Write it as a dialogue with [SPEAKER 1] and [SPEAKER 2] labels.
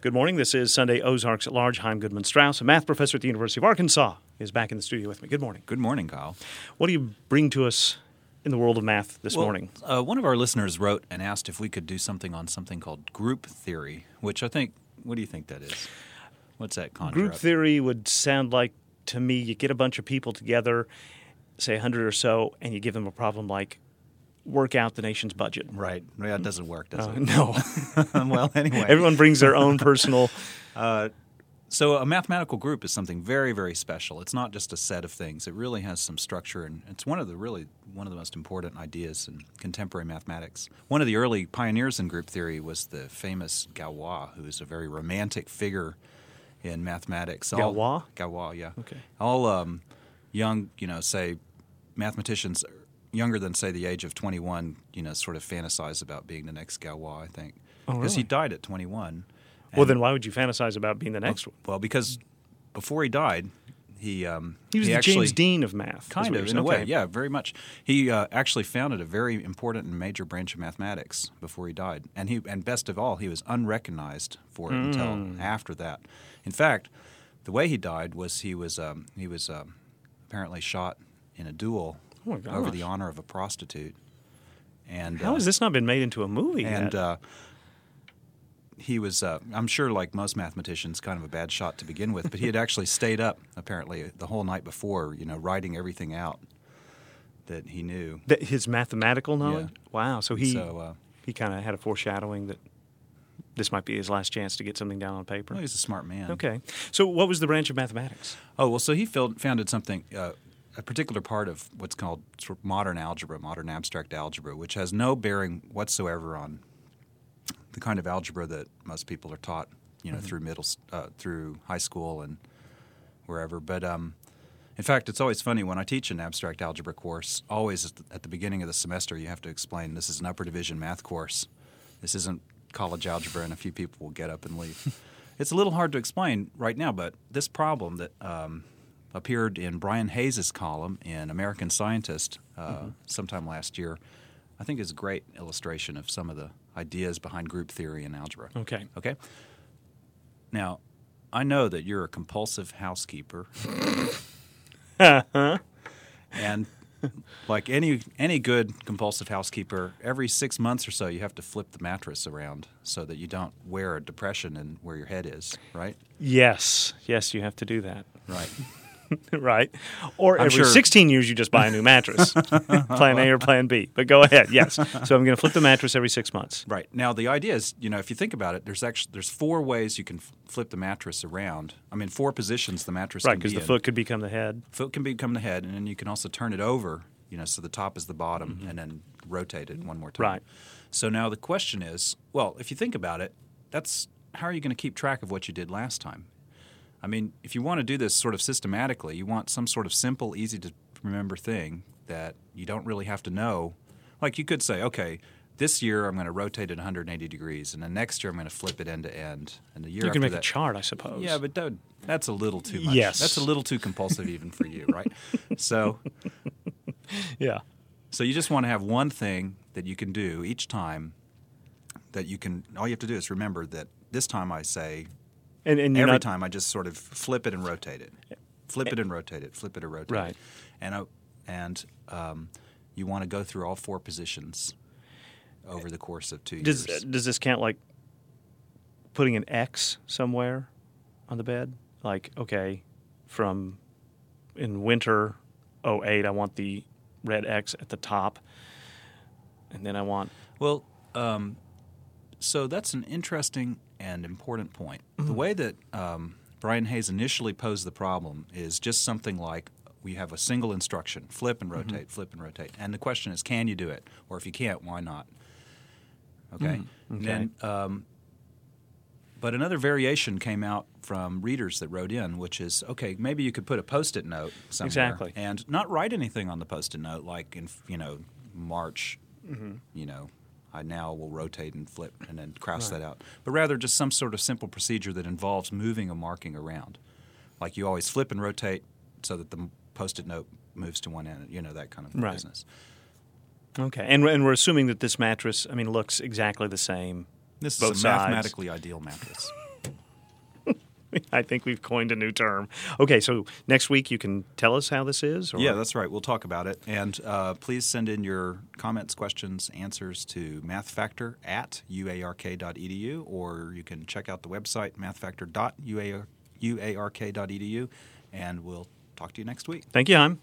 [SPEAKER 1] Good morning. This is Sunday Ozarks at Large. Heim Goodman Strauss, a math professor at the University of Arkansas, is back in the studio with me. Good morning.
[SPEAKER 2] Good morning, Kyle.
[SPEAKER 1] What do you bring to us in the world of math this morning?
[SPEAKER 2] Uh, one of our listeners wrote and asked if we could do something on something called group theory, which I think, what do you think that is? What's that conjure
[SPEAKER 1] Group
[SPEAKER 2] up?
[SPEAKER 1] theory would sound like to me you get a bunch of people together, say 100 or so, and you give them a problem like work out the nation's budget.
[SPEAKER 2] Right. Yeah, it doesn't work, does
[SPEAKER 1] Uh, no.
[SPEAKER 2] it? Oh, well, anyway.
[SPEAKER 1] Everyone brings their own personal.
[SPEAKER 2] So, a mathematical group is something very, very special. It's not just a set of things. It really has some structure, and it's one of the really one of the most important ideas in contemporary mathematics. One of the early pioneers in group theory was the famous Galois, who is a very romantic figure in mathematics. All-
[SPEAKER 1] Galois?
[SPEAKER 2] Galois, yeah.
[SPEAKER 1] Okay.
[SPEAKER 2] All um, young, you know, say mathematicians younger than say the age of 21, you know, sort of fantasize about being the next Galois. I think because he died at 21.
[SPEAKER 1] Oh, Well, then why would you fantasize about being the next one?
[SPEAKER 2] Well, because before he died, he um,
[SPEAKER 1] He was the
[SPEAKER 2] actually,
[SPEAKER 1] James Dean of math. is
[SPEAKER 2] kind
[SPEAKER 1] what
[SPEAKER 2] of
[SPEAKER 1] you're
[SPEAKER 2] in a
[SPEAKER 1] saying.
[SPEAKER 2] way, yeah, very much. He uh, actually founded a very important and major branch of mathematics before he died, and he and best of all, he was unrecognized for it
[SPEAKER 1] Hmm.
[SPEAKER 2] until after that. In fact, the way he died was he was um, he was um, apparently shot in a duel
[SPEAKER 1] Oh my
[SPEAKER 2] over
[SPEAKER 1] gosh.
[SPEAKER 2] the honor of a prostitute. And
[SPEAKER 1] How
[SPEAKER 2] uh,
[SPEAKER 1] has this not been made into a movie?
[SPEAKER 2] and
[SPEAKER 1] yet?
[SPEAKER 2] uh, he was, uh, I'm sure, like most mathematicians, kind of a bad shot to begin with. But he had actually stayed up apparently the whole night before, you know, writing everything out that he knew.
[SPEAKER 1] That his mathematical knowledge. Wow. So he
[SPEAKER 2] So, uh,
[SPEAKER 1] he kind of had a foreshadowing that this might be his last chance to get something down on paper. Mm-hmm.
[SPEAKER 2] Well, he's a smart man.
[SPEAKER 1] okay. So what was the branch of mathematics?
[SPEAKER 2] Oh well, so he filled, founded something, uh, a particular part of what's called sort of modern algebra, modern abstract algebra, which has no bearing whatsoever on the kind of algebra that most people are taught, you know,
[SPEAKER 1] Mm-hmm.
[SPEAKER 2] through middle, s- uh, through high school and wherever. But um, in fact, it's always funny when I teach an abstract algebra course. Always at the, at the beginning of the semester, you have to explain this is an upper division math course. This isn't college algebra, and a few people will get up and leave. it's a little hard to explain right now, but this problem that um, appeared in Brian Hayes's column in American Scientist uh, sometime last year, I think is a great illustration of some of the ideas behind group theory in algebra.
[SPEAKER 1] Okay.
[SPEAKER 2] Okay. Now, I know that you're a compulsive housekeeper. and like any any good compulsive housekeeper, every 6 months or so you have to flip the mattress around so that you don't wear a depression in where your head is, right?
[SPEAKER 1] Yes. Yes, you have to do that.
[SPEAKER 2] Right.
[SPEAKER 1] right. Or
[SPEAKER 2] I'm
[SPEAKER 1] every
[SPEAKER 2] sure-
[SPEAKER 1] 16 years you just buy a new mattress. plan A or plan B. But go ahead. Yes. So I'm going to flip the mattress every 6 months.
[SPEAKER 2] Right. Now the idea is, you know, if you think about it, there's actually there's four ways you can f- flip the mattress around. I mean, four positions the mattress
[SPEAKER 1] Right,
[SPEAKER 2] can
[SPEAKER 1] because
[SPEAKER 2] be
[SPEAKER 1] the
[SPEAKER 2] in.
[SPEAKER 1] foot could become the head.
[SPEAKER 2] foot can become the head, and then you can also turn it over. You know, so the top is the bottom, and then rotate it one more time.
[SPEAKER 1] Mm-hmm. Right.
[SPEAKER 2] So now the question is, well, if you think about it, that's how are you going to keep track of what you did last time? I mean, if you want to do this sort of systematically, you want some sort of simple, easy to remember thing that you don't really have to know. Like you could say, okay, this year I'm going to rotate it 180 degrees, and the next year I'm going to flip it end to end, and the year
[SPEAKER 1] You
[SPEAKER 2] after
[SPEAKER 1] can make
[SPEAKER 2] that,
[SPEAKER 1] a chart, I suppose.
[SPEAKER 2] yeah, but that, that's a little too much.
[SPEAKER 1] Yes.
[SPEAKER 2] That's a little too compulsive even for you, right? so
[SPEAKER 1] yeah.
[SPEAKER 2] so you just want to have one thing that you can do each time that you can all you have to do is remember that this time I say
[SPEAKER 1] And, and you're
[SPEAKER 2] every
[SPEAKER 1] not,
[SPEAKER 2] time I just sort of flip it and rotate it. Flip it and rotate it, flip it and rotate
[SPEAKER 1] Right.
[SPEAKER 2] it. And I, and um, you want to go through all four positions over the course of two
[SPEAKER 1] Does
[SPEAKER 2] years.
[SPEAKER 1] does this count like putting an X somewhere on the bed? Like, okay, from in winter 08, I want the red X at the top, and then I want
[SPEAKER 2] Well, um, so that's an interesting and important point. The way that um, Brian Hayes initially posed the problem is just something like we have a single instruction flip and rotate, flip and rotate. And the question is can you do it? Or if you can't, why not? Okay. Then, um, but another variation came out from readers that wrote in, which is okay. Maybe you could put a post-it note somewhere
[SPEAKER 1] Exactly.
[SPEAKER 2] and not write anything on the post-it note, like in you know March. You know, I now will rotate and flip and then cross that out. But rather, just some sort of simple procedure that involves moving a marking around, like you always flip and rotate so that the post-it note moves to one end. You know that kind of
[SPEAKER 1] Right.
[SPEAKER 2] business.
[SPEAKER 1] okay, and we're- and we're assuming that this mattress, I mean, looks exactly the same.
[SPEAKER 2] This
[SPEAKER 1] both
[SPEAKER 2] is a
[SPEAKER 1] sides.
[SPEAKER 2] mathematically ideal mattress.
[SPEAKER 1] I think we've coined a new term. Okay, so next week you can tell us how this is? Or?
[SPEAKER 2] Yeah, that's right. We'll talk about it. And uh, please send in your comments, questions, answers to mathfactor at uark.edu, E or you can check out the website mathfactor.uark.edu, E and we'll talk to you next week.
[SPEAKER 1] Thank you, Heim.